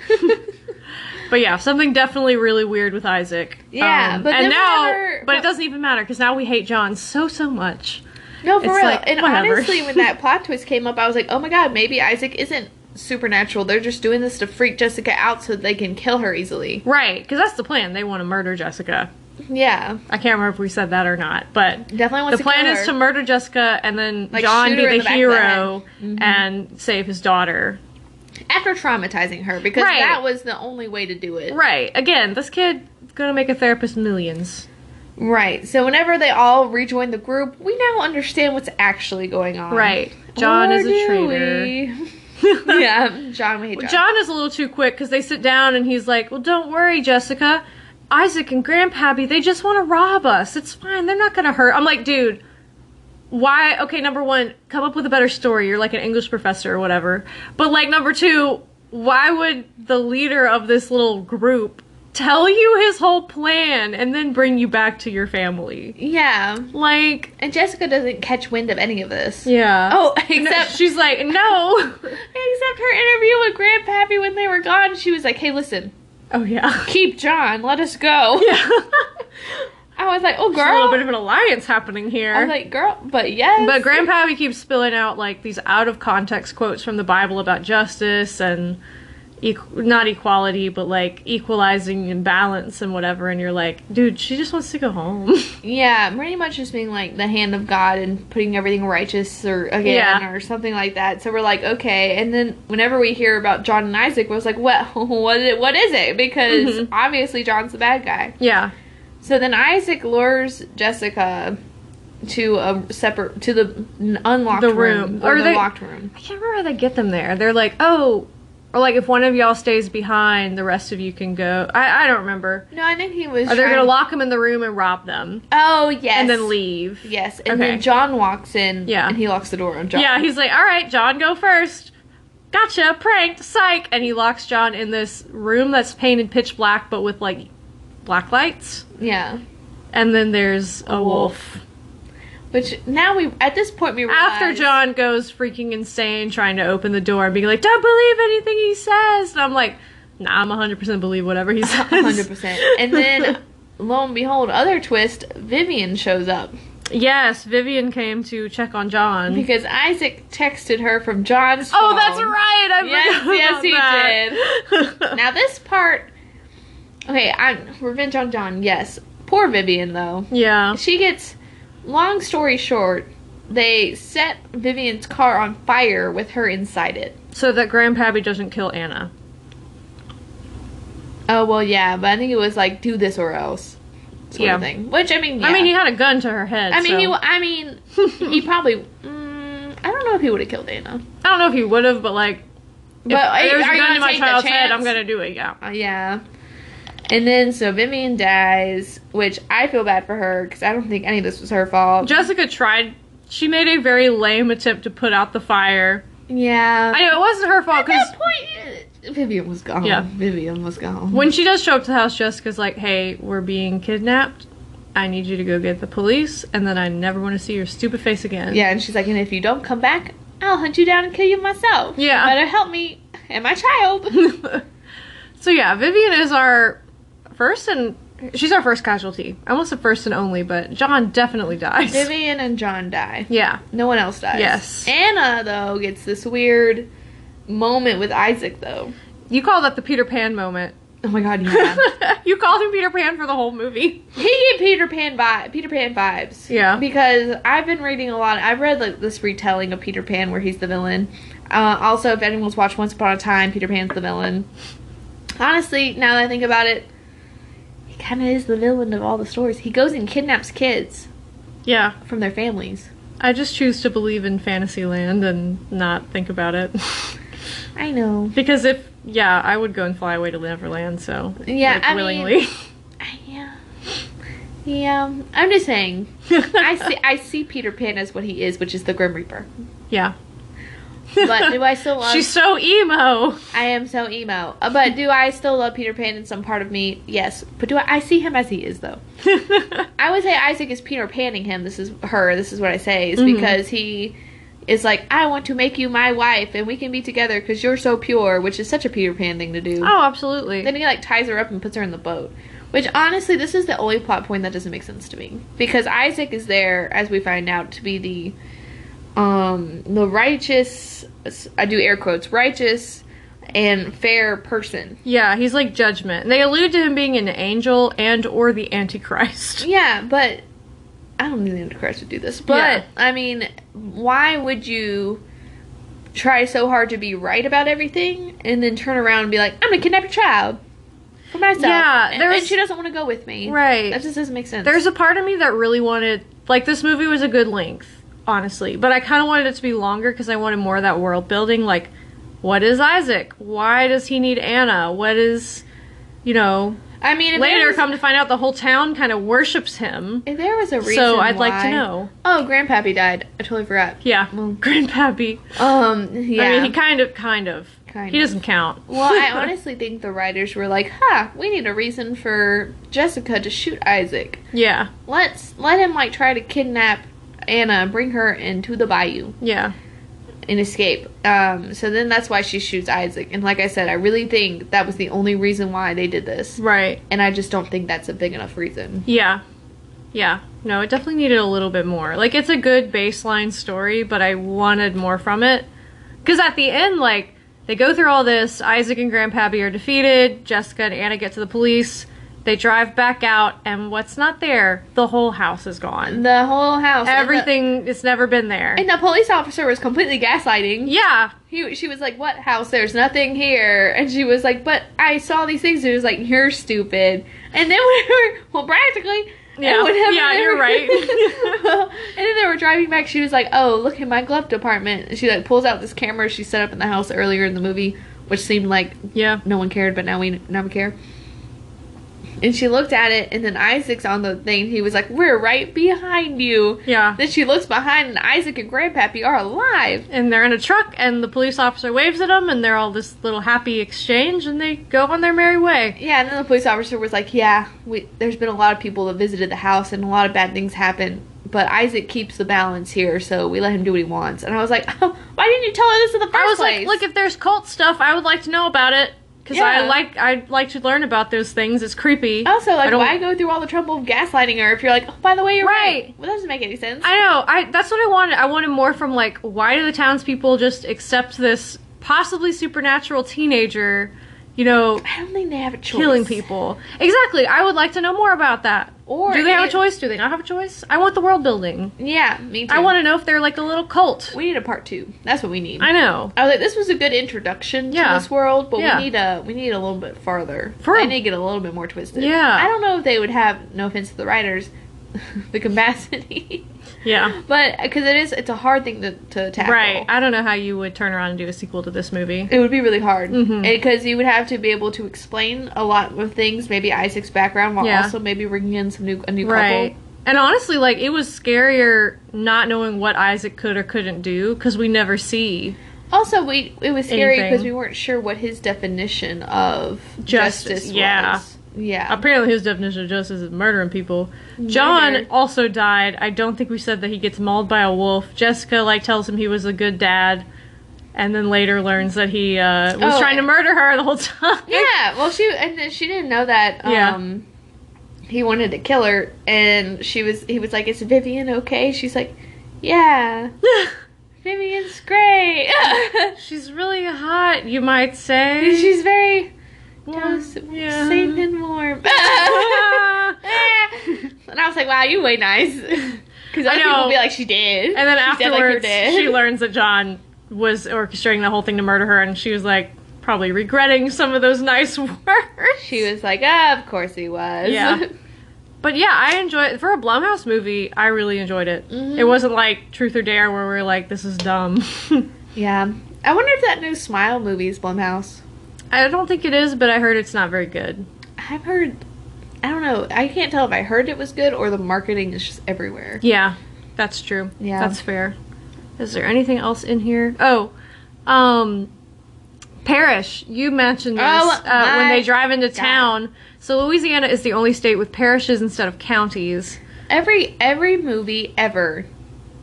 Speaker 1: But yeah, something definitely really weird with Isaac. Um,
Speaker 2: Yeah, but
Speaker 1: and
Speaker 2: then
Speaker 1: now,
Speaker 2: whenever-
Speaker 1: but it doesn't even matter because now we hate John so so much.
Speaker 2: No, for
Speaker 1: It's
Speaker 2: real.
Speaker 1: like,
Speaker 2: and
Speaker 1: whatever.
Speaker 2: honestly, when that plot twist came up, I was like, oh my god, maybe Isaac isn't supernatural. They're just doing this to freak Jessica out so they can kill her easily.
Speaker 1: Right? Because that's the plan. They want to murder Jessica.
Speaker 2: Yeah.
Speaker 1: I can't remember if we said that or not, but
Speaker 2: Definitely wants
Speaker 1: the
Speaker 2: to
Speaker 1: plan
Speaker 2: kill
Speaker 1: is
Speaker 2: her.
Speaker 1: to murder Jessica and then
Speaker 2: Like,
Speaker 1: John
Speaker 2: shoot
Speaker 1: be
Speaker 2: her
Speaker 1: the,
Speaker 2: in the back of the
Speaker 1: hero Mm-hmm. and save his daughter.
Speaker 2: After traumatizing her, because
Speaker 1: Right.
Speaker 2: that was the only way to do it.
Speaker 1: Right. Again, this kid gonna make a therapist millions.
Speaker 2: Right. So whenever they all rejoin the group, we now understand what's actually going on.
Speaker 1: Right. John
Speaker 2: Or
Speaker 1: is a
Speaker 2: do
Speaker 1: traitor.
Speaker 2: we? yeah. John, we hate John.
Speaker 1: John is a little too quick because they sit down and he's like, "Well, don't worry, Jessica. Isaac and Grandpappy, they just want to rob us. It's fine. They're not gonna hurt." I'm like, dude. Why? Okay, number one, come up with a better story. You're like an English professor or whatever. But like number two, why would the leader of this little group tell you his whole plan and then bring you back to your family?
Speaker 2: Yeah.
Speaker 1: Like,
Speaker 2: And Jessica doesn't catch wind of any of this.
Speaker 1: yeah.
Speaker 2: Oh,
Speaker 1: No,
Speaker 2: except
Speaker 1: she's like, no.
Speaker 2: except her interview with Grandpappy when they were gone, she was like, "Hey, listen,
Speaker 1: oh yeah.
Speaker 2: keep John. Let us go."
Speaker 1: Yeah.
Speaker 2: I was like, "Oh,
Speaker 1: There's a little
Speaker 2: girl."
Speaker 1: bit of an alliance happening here.
Speaker 2: I was like, "Girl," but yes.
Speaker 1: But Grandpappy keeps spilling out like these out of context quotes from the Bible about justice and equ- not equality, but like equalizing and balance and whatever. And you're like, dude, she just wants to go home.
Speaker 2: yeah, pretty much just being like the hand of God and putting everything righteous or again
Speaker 1: Yeah.
Speaker 2: or something like that. So we're like, okay. And then whenever we hear about John and Isaac, I was like, "What? What? Is it, what is it?" Because
Speaker 1: Mm-hmm.
Speaker 2: obviously John's the bad guy.
Speaker 1: yeah,
Speaker 2: So then Isaac lures Jessica to a separate to the n- unlocked
Speaker 1: The
Speaker 2: room,
Speaker 1: room.
Speaker 2: or
Speaker 1: Or
Speaker 2: the
Speaker 1: they-
Speaker 2: locked room.
Speaker 1: I can't remember how they get them there. They're like, oh, or like if one of y'all stays behind, the rest of you can go. I I don't remember.
Speaker 2: No, I think he was.
Speaker 1: Or they're
Speaker 2: trying-
Speaker 1: gonna lock them in the room and rob them
Speaker 2: Oh yes,
Speaker 1: and then leave.
Speaker 2: Yes, and
Speaker 1: Okay.
Speaker 2: then John walks in.
Speaker 1: Yeah.
Speaker 2: and he locks the door on John.
Speaker 1: Yeah, he's like, all right, John, go first. Gotcha, pranked, psych. And he locks John in this room that's painted pitch black, but with like black lights.
Speaker 2: yeah.
Speaker 1: And then there's a, wolf.
Speaker 2: Which now we at this point we realize,
Speaker 1: After John goes freaking insane trying to open the door and being like, don't believe anything he says. And I'm like, nah, I'm 100% believe whatever he says.
Speaker 2: hundred percent, and then lo and behold, other twist, Vivian shows up
Speaker 1: Mm-hmm. yes, Vivian came to check on John.
Speaker 2: because Isaac texted her from John's.
Speaker 1: oh,
Speaker 2: phone.
Speaker 1: that's right. I
Speaker 2: Yes,
Speaker 1: forgot
Speaker 2: yes,
Speaker 1: about
Speaker 2: he
Speaker 1: that.
Speaker 2: Now this part, okay, I'm revenge on John. Yes, poor Vivian though.
Speaker 1: yeah.
Speaker 2: She gets. Long story short, they set Vivian's car on fire with her inside it.
Speaker 1: So that Grandpappy doesn't kill Anna.
Speaker 2: Oh well, yeah, but I think it was like do this or else, sort
Speaker 1: Yeah.
Speaker 2: of thing. Which I mean, yeah.
Speaker 1: I mean, he had a gun to her head.
Speaker 2: I mean,
Speaker 1: so-
Speaker 2: he, wa- I mean, he probably. Mm, I don't know if he would have killed Anna.
Speaker 1: I don't know if he would have, but like, if
Speaker 2: But are-
Speaker 1: there's
Speaker 2: are
Speaker 1: a gun
Speaker 2: you gonna
Speaker 1: in my
Speaker 2: take the
Speaker 1: child's head, I'm
Speaker 2: chance?
Speaker 1: gonna do it. Yeah.
Speaker 2: Uh, yeah. And then so Vivian dies, which I feel bad for her because I don't think any of this was her fault.
Speaker 1: Jessica tried. She made a very lame attempt to put out the fire.
Speaker 2: yeah.
Speaker 1: I know it wasn't her fault
Speaker 2: At that
Speaker 1: because
Speaker 2: point, uh, Vivian was gone.
Speaker 1: Yeah.
Speaker 2: Vivian was gone.
Speaker 1: when she does show up to the house, Jessica's like, "Hey, we're being kidnapped. I need you to go get the police, and then I never want to see your stupid face again."
Speaker 2: yeah, and she's like, and if you don't come back, I'll hunt you down and kill you myself.
Speaker 1: Yeah.
Speaker 2: You better help me and my child.
Speaker 1: so yeah, Vivian is our first and she's our first casualty. Almost the first and only, but John definitely dies.
Speaker 2: Vivian and John die.
Speaker 1: Yeah.
Speaker 2: No one else dies.
Speaker 1: Yes.
Speaker 2: Anna though gets this weird moment with Isaac though.
Speaker 1: You call that the Peter Pan moment.
Speaker 2: Oh my god, yeah.
Speaker 1: you called him Peter Pan for the whole movie.
Speaker 2: he get Peter Pan vi- Peter Pan vibes.
Speaker 1: Yeah.
Speaker 2: Because I've been reading a lot. I've read like this retelling of Peter Pan where he's the villain. Uh, also, if anyone's watched Once Upon a Time, Peter Pan's the villain. Honestly, now that I think about it, he kind of is the villain of all the stories. He goes and kidnaps kids
Speaker 1: Yeah.
Speaker 2: from their families.
Speaker 1: I just choose to believe in Fantasyland and not think about it.
Speaker 2: I know.
Speaker 1: because if, yeah, I would go and fly away to Neverland, so.
Speaker 2: Yeah,
Speaker 1: like,
Speaker 2: I mean-
Speaker 1: willingly.
Speaker 2: Yeah. Yeah. I'm just saying. I see. I see Peter Pan as what he is, which is the Grim Reaper.
Speaker 1: Yeah.
Speaker 2: But do I still love?
Speaker 1: She's so emo.
Speaker 2: I am so emo. Uh, But do I still love Peter Pan in some part of me? Yes. But do I? I see him as he is, though. I would say Isaac is Peter Panning him. This is her. This is what I say is because he is like, I want to make you my wife and we can be together because you're so pure, which is such a Peter Pan thing to do.
Speaker 1: Oh, absolutely.
Speaker 2: Then he like ties her up and puts her in the boat. Which honestly, this is the only plot point that doesn't make sense to me because Isaac is there, as we find out, to be the um the righteous. I do air quotes righteous and fair person.
Speaker 1: yeah, he's like judgment. And they allude to him being an angel and or the antichrist.
Speaker 2: Yeah, but I don't think the Antichrist would do this. But
Speaker 1: Yeah.
Speaker 2: I mean, why would you try so hard to be right about everything and then turn around and be like, "I'm gonna kidnap your child for myself"?
Speaker 1: Yeah,
Speaker 2: and,
Speaker 1: there's-
Speaker 2: and she doesn't want to go with me.
Speaker 1: Right.
Speaker 2: That just doesn't make sense.
Speaker 1: There's a part of me that really wanted like this movie was a good length, honestly, but I kind of wanted it to be longer because I wanted more of that world building. Like, what is Isaac? Why does he need Anna? What is, you know?
Speaker 2: I mean, if there
Speaker 1: Later,
Speaker 2: was,
Speaker 1: come to find out, the whole town kind of worships him.
Speaker 2: if there was a reason,
Speaker 1: So I'd like to
Speaker 2: why-
Speaker 1: know.
Speaker 2: Oh, Grandpappy died. I totally forgot.
Speaker 1: Yeah,
Speaker 2: Well,
Speaker 1: Grandpappy.
Speaker 2: Um, yeah.
Speaker 1: I mean, he kind of, kind of.
Speaker 2: Kind
Speaker 1: he
Speaker 2: of.
Speaker 1: doesn't count.
Speaker 2: Well, I honestly think the writers were like, "Huh, we need a reason for Jessica to shoot Isaac."
Speaker 1: yeah,
Speaker 2: let's let him like try to kidnap Anna and bring her into the bayou
Speaker 1: yeah.
Speaker 2: and escape. Um, so then that's why she shoots Isaac. And like I said, I really think that was the only reason why they did this.
Speaker 1: Right.
Speaker 2: And I just don't think that's a big enough reason.
Speaker 1: Yeah. Yeah. No, it definitely needed a little bit more. Like it's a good baseline story, but I wanted more from it. Cuz at the end like they go through all this, Isaac and Grandpappy are defeated, Jessica and Anna get to the police, they drive back out and what's not there? The whole house is gone.
Speaker 2: The whole house, and the-
Speaker 1: Everything it's never been there.
Speaker 2: And the police officer was completely gaslighting.
Speaker 1: Yeah.
Speaker 2: He, she was like, "What house? There's nothing here." And she was like, "But I saw these things." And he was like, "You're stupid." And then whenever, well, practically, and
Speaker 1: Yeah.
Speaker 2: whenever
Speaker 1: Yeah,
Speaker 2: they
Speaker 1: you're
Speaker 2: were-
Speaker 1: right.
Speaker 2: and then they were driving back. She was like, "Oh, look in my glove compartment." And she like pulls out this camera she set up in the house earlier in the movie, which seemed like
Speaker 1: Yeah.
Speaker 2: no one cared, but now we now we care. And she looked at it, and then Isaac's on the thing. He was like, "We're right behind you."
Speaker 1: Yeah.
Speaker 2: Then she looks behind, and Isaac and Grandpappy are alive.
Speaker 1: And they're in a truck and the police officer waves at them and they're all this little happy exchange and they go on their merry way.
Speaker 2: Yeah, and then the police officer was like, "Yeah, we, there's been a lot of people that visited the house, and a lot of bad things happened. But Isaac keeps the balance here, so we let him do what he wants." And I was like, oh, "Why didn't you tell her this in the first
Speaker 1: I was
Speaker 2: place?"
Speaker 1: like, look, if there's cult stuff, I would like to know about it because
Speaker 2: Yeah. Oh.
Speaker 1: I like I'd like to learn about those things. It's creepy.
Speaker 2: also,
Speaker 1: I
Speaker 2: like,
Speaker 1: don't-
Speaker 2: why go through all the trouble of gaslighting her if you're like, oh, by the way, you're right?
Speaker 1: Right.
Speaker 2: Well, that doesn't make any sense.
Speaker 1: I know. I that's what I wanted. I wanted more from like, why do the townspeople just accept this possibly supernatural teenager, you know,
Speaker 2: I don't think they have a choice.
Speaker 1: killing people? Exactly. I would like to know more about that.
Speaker 2: Or
Speaker 1: do they have
Speaker 2: it-
Speaker 1: a choice? Do they not have a choice? I want the world building.
Speaker 2: Yeah, me too.
Speaker 1: I want to know if they're like a little cult.
Speaker 2: We need a part two. That's what we need.
Speaker 1: I know.
Speaker 2: I was like, this was a good introduction
Speaker 1: Yeah.
Speaker 2: to this world, but
Speaker 1: Yeah.
Speaker 2: we need a we need a little bit farther.
Speaker 1: For-
Speaker 2: they need to get a little bit more twisted.
Speaker 1: Yeah.
Speaker 2: I don't know if they would have no offense to the writers, the capacity,
Speaker 1: Yeah.
Speaker 2: but because it is it's a hard thing to to tackle.
Speaker 1: Right. I don't know how you would turn around and do a sequel to this movie.
Speaker 2: It would be really hard because
Speaker 1: Mhm.
Speaker 2: you would have to be able to explain a lot of things, maybe Isaac's background, while
Speaker 1: Yeah.
Speaker 2: also maybe bringing in some new a new
Speaker 1: Right.
Speaker 2: couple.
Speaker 1: And honestly, like it was scarier not knowing what Isaac could or couldn't do because we never see.
Speaker 2: Also, we it was scary
Speaker 1: Anything.
Speaker 2: because we weren't sure what his definition of
Speaker 1: Justice,
Speaker 2: justice,
Speaker 1: yeah.
Speaker 2: was. Yeah,
Speaker 1: Apparently, his definition of justice is murdering people. John
Speaker 2: Murder.
Speaker 1: also died. I don't think we said that he gets mauled by a wolf. Jessica like tells him he was a good dad, and then later learns that he uh, was
Speaker 2: Oh,
Speaker 1: trying to
Speaker 2: and-
Speaker 1: murder her the whole time.
Speaker 2: Yeah, well, she and then she didn't know that.
Speaker 1: Yeah.
Speaker 2: Um, He wanted to kill her, and she was. He was like, "Is Vivian okay?" She's like, "Yeah, Vivian's great.
Speaker 1: She's really hot, you might say.
Speaker 2: She's very
Speaker 1: Warm.
Speaker 2: yeah. safe and warm."
Speaker 1: Ah.
Speaker 2: and I was like, "Wow, you way nice." Because
Speaker 1: I
Speaker 2: other
Speaker 1: know.
Speaker 2: people be like, "She did,"
Speaker 1: And then
Speaker 2: She's dead like her
Speaker 1: afterwards,
Speaker 2: dad.
Speaker 1: she learns that John was orchestrating the whole thing to murder her, and she was like probably regretting some of those nice words.
Speaker 2: she was like, "Ah, "Of course he was."
Speaker 1: Yeah. But yeah, I enjoyed for a Blumhouse movie. I really enjoyed it.
Speaker 2: Mhm.
Speaker 1: It wasn't like Truth or Dare where we are like, this is dumb.
Speaker 2: yeah. I wonder if that new Smile movie is Blumhouse.
Speaker 1: I don't think it is, but I heard it's not very good.
Speaker 2: I've heard. I don't know. I can't tell if I heard it was good or the marketing is just everywhere.
Speaker 1: Yeah, that's true.
Speaker 2: Yeah.
Speaker 1: that's fair. Is there anything else in here? Oh, um, Parish. You mentioned this
Speaker 2: Oh,
Speaker 1: uh, when
Speaker 2: my
Speaker 1: they drive into
Speaker 2: God.
Speaker 1: town. So Louisiana is the only state with parishes instead of counties.
Speaker 2: Every every movie ever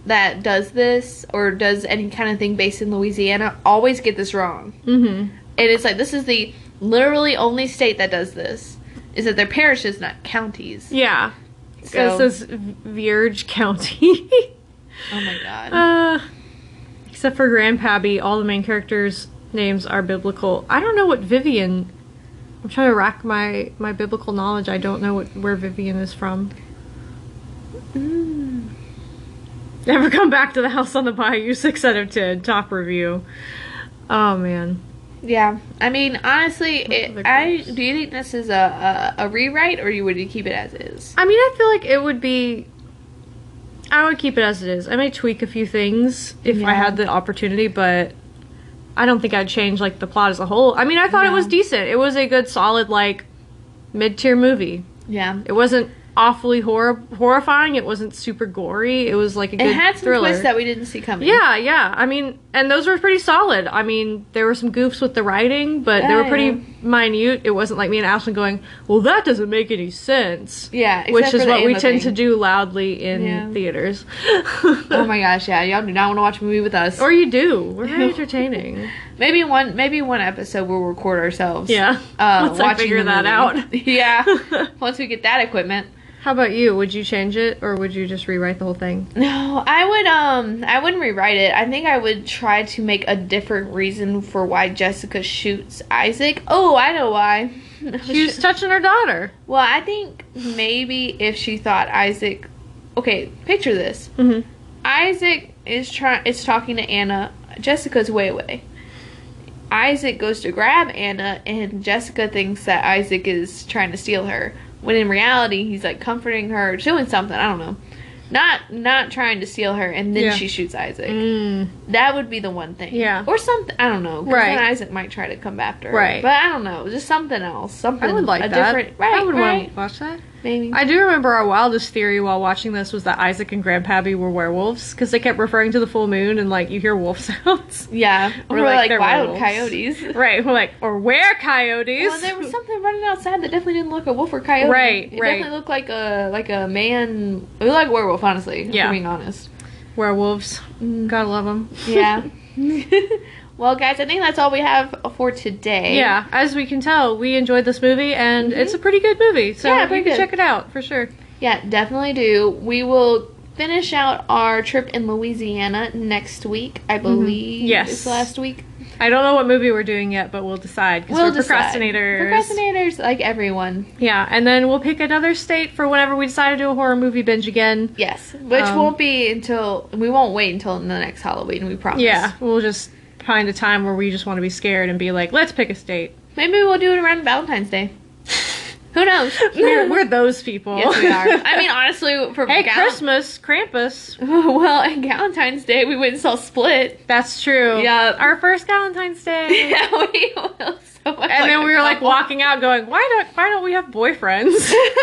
Speaker 2: that does this or does any kind of thing based in Louisiana always get this wrong.
Speaker 1: Mm-hmm.
Speaker 2: And it's like this is the literally only state that does this is that they're parishes, not counties.
Speaker 1: Yeah.
Speaker 2: So-
Speaker 1: This is Vierge County.
Speaker 2: Oh my god.
Speaker 1: uh, except for Grandpappy, all the main characters' names are biblical. I don't know what Vivian. I'm trying to rack my my biblical knowledge. I don't know what, where Vivian is from.
Speaker 2: Mm.
Speaker 1: Never come back to the house on the bayou. Six out of ten. Top review. Oh man.
Speaker 2: Yeah, I mean, honestly,
Speaker 1: other
Speaker 2: it, I
Speaker 1: groups?
Speaker 2: do you think this is a, a a rewrite, or you would you keep it as is?
Speaker 1: I mean, I feel like it would be. I would keep it as it is. I may tweak a few things if I
Speaker 2: Yeah.
Speaker 1: had the opportunity, but I don't think I'd change like the plot as a whole. I mean, I thought it
Speaker 2: No.
Speaker 1: was decent. It was a good, solid, like mid-tier movie.
Speaker 2: Yeah,
Speaker 1: It wasn't awfully hor- horrifying. It wasn't super gory. It was like a good
Speaker 2: it had some
Speaker 1: thriller.
Speaker 2: twists that we didn't see coming.
Speaker 1: yeah, yeah. I mean, and those were pretty solid. I mean, there were some goofs with the writing, but they
Speaker 2: Yeah,
Speaker 1: were pretty
Speaker 2: yeah.
Speaker 1: minute. It wasn't like me and Ashlyn going, "Well, that doesn't make any sense."
Speaker 2: yeah, except
Speaker 1: which
Speaker 2: for
Speaker 1: is
Speaker 2: the
Speaker 1: what we
Speaker 2: Ayla
Speaker 1: tend to
Speaker 2: thing.
Speaker 1: do loudly in
Speaker 2: Yeah.
Speaker 1: theaters.
Speaker 2: Oh my gosh, yeah, y'all do not want to watch a movie with us.
Speaker 1: or
Speaker 2: Or
Speaker 1: you do. We're very entertaining.
Speaker 2: maybe one, maybe one episode we'll record ourselves.
Speaker 1: yeah.
Speaker 2: uh,
Speaker 1: Once I
Speaker 2: watching
Speaker 1: figure
Speaker 2: the
Speaker 1: that out.
Speaker 2: movie. yeah, once we get that equipment.
Speaker 1: How about you? Would you change it or would you just rewrite the whole thing?
Speaker 2: No, I would um I wouldn't rewrite it. I think I would try to make a different reason for why Jessica shoots Isaac. Oh, I know why.
Speaker 1: She was touching her daughter.
Speaker 2: well, I think maybe if she thought Isaac Okay, picture this.
Speaker 1: Mm-hmm.
Speaker 2: Isaac is trying is talking to Anna. Jessica's way away. Isaac goes to grab Anna and Jessica thinks that Isaac is trying to steal her. When in reality he's like comforting her, doing something, I don't know. Not not trying to steal her and then
Speaker 1: Yeah.
Speaker 2: she shoots Isaac.
Speaker 1: Mm.
Speaker 2: That would be the one thing.
Speaker 1: Yeah.
Speaker 2: Or something. I don't know. 'cause
Speaker 1: Right.
Speaker 2: Then Isaac might try to come after her.
Speaker 1: Right.
Speaker 2: But I don't know. Just something else. Something.
Speaker 1: I would like
Speaker 2: a
Speaker 1: that.
Speaker 2: Different, right.
Speaker 1: I would
Speaker 2: right.
Speaker 1: want to watch that.
Speaker 2: Maybe.
Speaker 1: I do remember our wildest theory while watching this was that Isaac and Grandpappy were werewolves because they kept referring to the full moon and like you hear wolf sounds.
Speaker 2: yeah.
Speaker 1: Or
Speaker 2: Or, like,
Speaker 1: like they're
Speaker 2: wild
Speaker 1: werewolves.
Speaker 2: coyotes.
Speaker 1: right. We're like, or were coyotes.
Speaker 2: Well, there was something running outside that definitely didn't look a wolf or coyote.
Speaker 1: Right,
Speaker 2: It
Speaker 1: right.
Speaker 2: definitely looked like a like a man. It looked like a werewolf, honestly. If
Speaker 1: Yeah.
Speaker 2: I'm being honest.
Speaker 1: Werewolves. Gotta love them.
Speaker 2: Mm. Yeah. well, guys, I think that's all we have for today.
Speaker 1: Yeah, as we can tell, we enjoyed this movie, and it's a pretty good movie. So
Speaker 2: Yeah,
Speaker 1: you
Speaker 2: pretty
Speaker 1: can
Speaker 2: good.
Speaker 1: check it out for sure.
Speaker 2: Yeah, definitely do. We will finish out our trip in Louisiana next week, I believe.
Speaker 1: Mm-hmm. Yes.
Speaker 2: It's last week.
Speaker 1: I don't know what movie we're doing yet, but we'll decide because we're
Speaker 2: decide.
Speaker 1: procrastinators.
Speaker 2: Procrastinators, like everyone.
Speaker 1: Yeah, and then we'll pick another state for whenever we decide to do a horror movie binge again.
Speaker 2: Yes. Which
Speaker 1: Um,
Speaker 2: won't be until, we won't wait until the next Halloween, we promise.
Speaker 1: Yeah, we'll just find a time where we just want to be scared and be like, let's pick a state.
Speaker 2: Maybe we'll do it around Valentine's Day. Who knows?
Speaker 1: We're, we're those people.
Speaker 2: yes, we are. I mean, honestly, for
Speaker 1: hey,
Speaker 2: Gal-
Speaker 1: Christmas, Krampus.
Speaker 2: Well, on Valentine's Day, we went and saw Split.
Speaker 1: That's true.
Speaker 2: Yeah.
Speaker 1: Our first Valentine's Day.
Speaker 2: Yeah, we will. So much
Speaker 1: And then
Speaker 2: a
Speaker 1: we were like
Speaker 2: couple.
Speaker 1: walking out, going, "Why don't Why don't we have boyfriends?" like,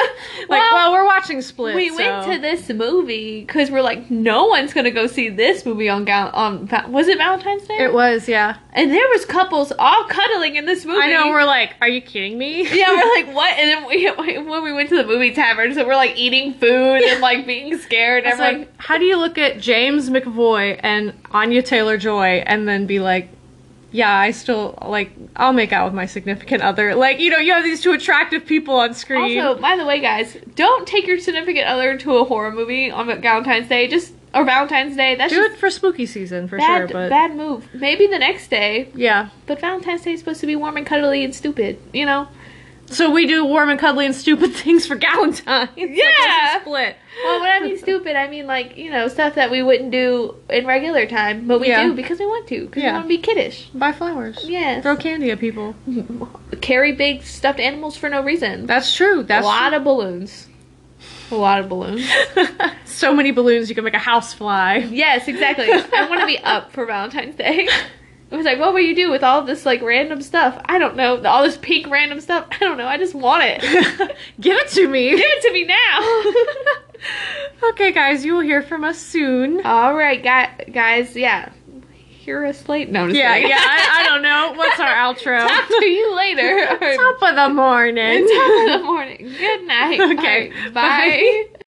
Speaker 1: well,
Speaker 2: Well,
Speaker 1: we're watching Split.
Speaker 2: we went to this movie because we're like, no one's gonna go see this movie on Gal- on Va- was it Valentine's Day?
Speaker 1: It was, yeah.
Speaker 2: and there was couples all cuddling in this movie.
Speaker 1: I know. We're like, "Are you kidding me?"
Speaker 2: yeah, we're like, what? And then we, when we went to the movie tavern, so we're like eating food and like being scared.
Speaker 1: It's
Speaker 2: And everyone,
Speaker 1: like, how do you look at James McAvoy and Anya Taylor Joy and then be like, "Yeah, I still like. I'll make out with my significant other." Like, you know, you have these two attractive people on screen.
Speaker 2: Also, by the way, guys, don't take your significant other to a horror movie on Valentine's Day. Just or Valentine's Day. That's
Speaker 1: Do
Speaker 2: just
Speaker 1: it for spooky season for
Speaker 2: bad,
Speaker 1: sure, but
Speaker 2: bad move. Maybe the next day,
Speaker 1: yeah.
Speaker 2: but Valentine's Day is supposed to be warm and cuddly and stupid. You know.
Speaker 1: So we do warm and cuddly and stupid things for Galentine's.
Speaker 2: Yeah.
Speaker 1: Split.
Speaker 2: Well, when I mean stupid, I mean like you know stuff that we wouldn't do in regular time, but we
Speaker 1: Yeah.
Speaker 2: do because we want to. Because
Speaker 1: Yeah.
Speaker 2: we want to be kiddish.
Speaker 1: Buy flowers.
Speaker 2: Yes.
Speaker 1: Throw candy at people.
Speaker 2: Carry big stuffed animals for no reason.
Speaker 1: That's true. That's
Speaker 2: a lot of balloons. A lot of balloons.
Speaker 1: so many balloons you can make a house fly.
Speaker 2: Yes, exactly. I want to be up for Valentine's Day. It was like, what will you do with all this like random stuff? I don't know. All this pink random stuff. I don't know. I just want it. Give
Speaker 1: Give it to me.
Speaker 2: it to me now.
Speaker 1: okay, guys, you will hear from us soon.
Speaker 2: all right, guy- guys. Yeah, hear us late. No, I'm just
Speaker 1: Yeah,
Speaker 2: kidding.
Speaker 1: yeah. I, I don't know. What's our outro?
Speaker 2: Talk to you later. Or
Speaker 1: Top of the morning.
Speaker 2: Top of the morning. Good night.
Speaker 1: Okay,
Speaker 2: All right,
Speaker 1: bye.
Speaker 2: bye.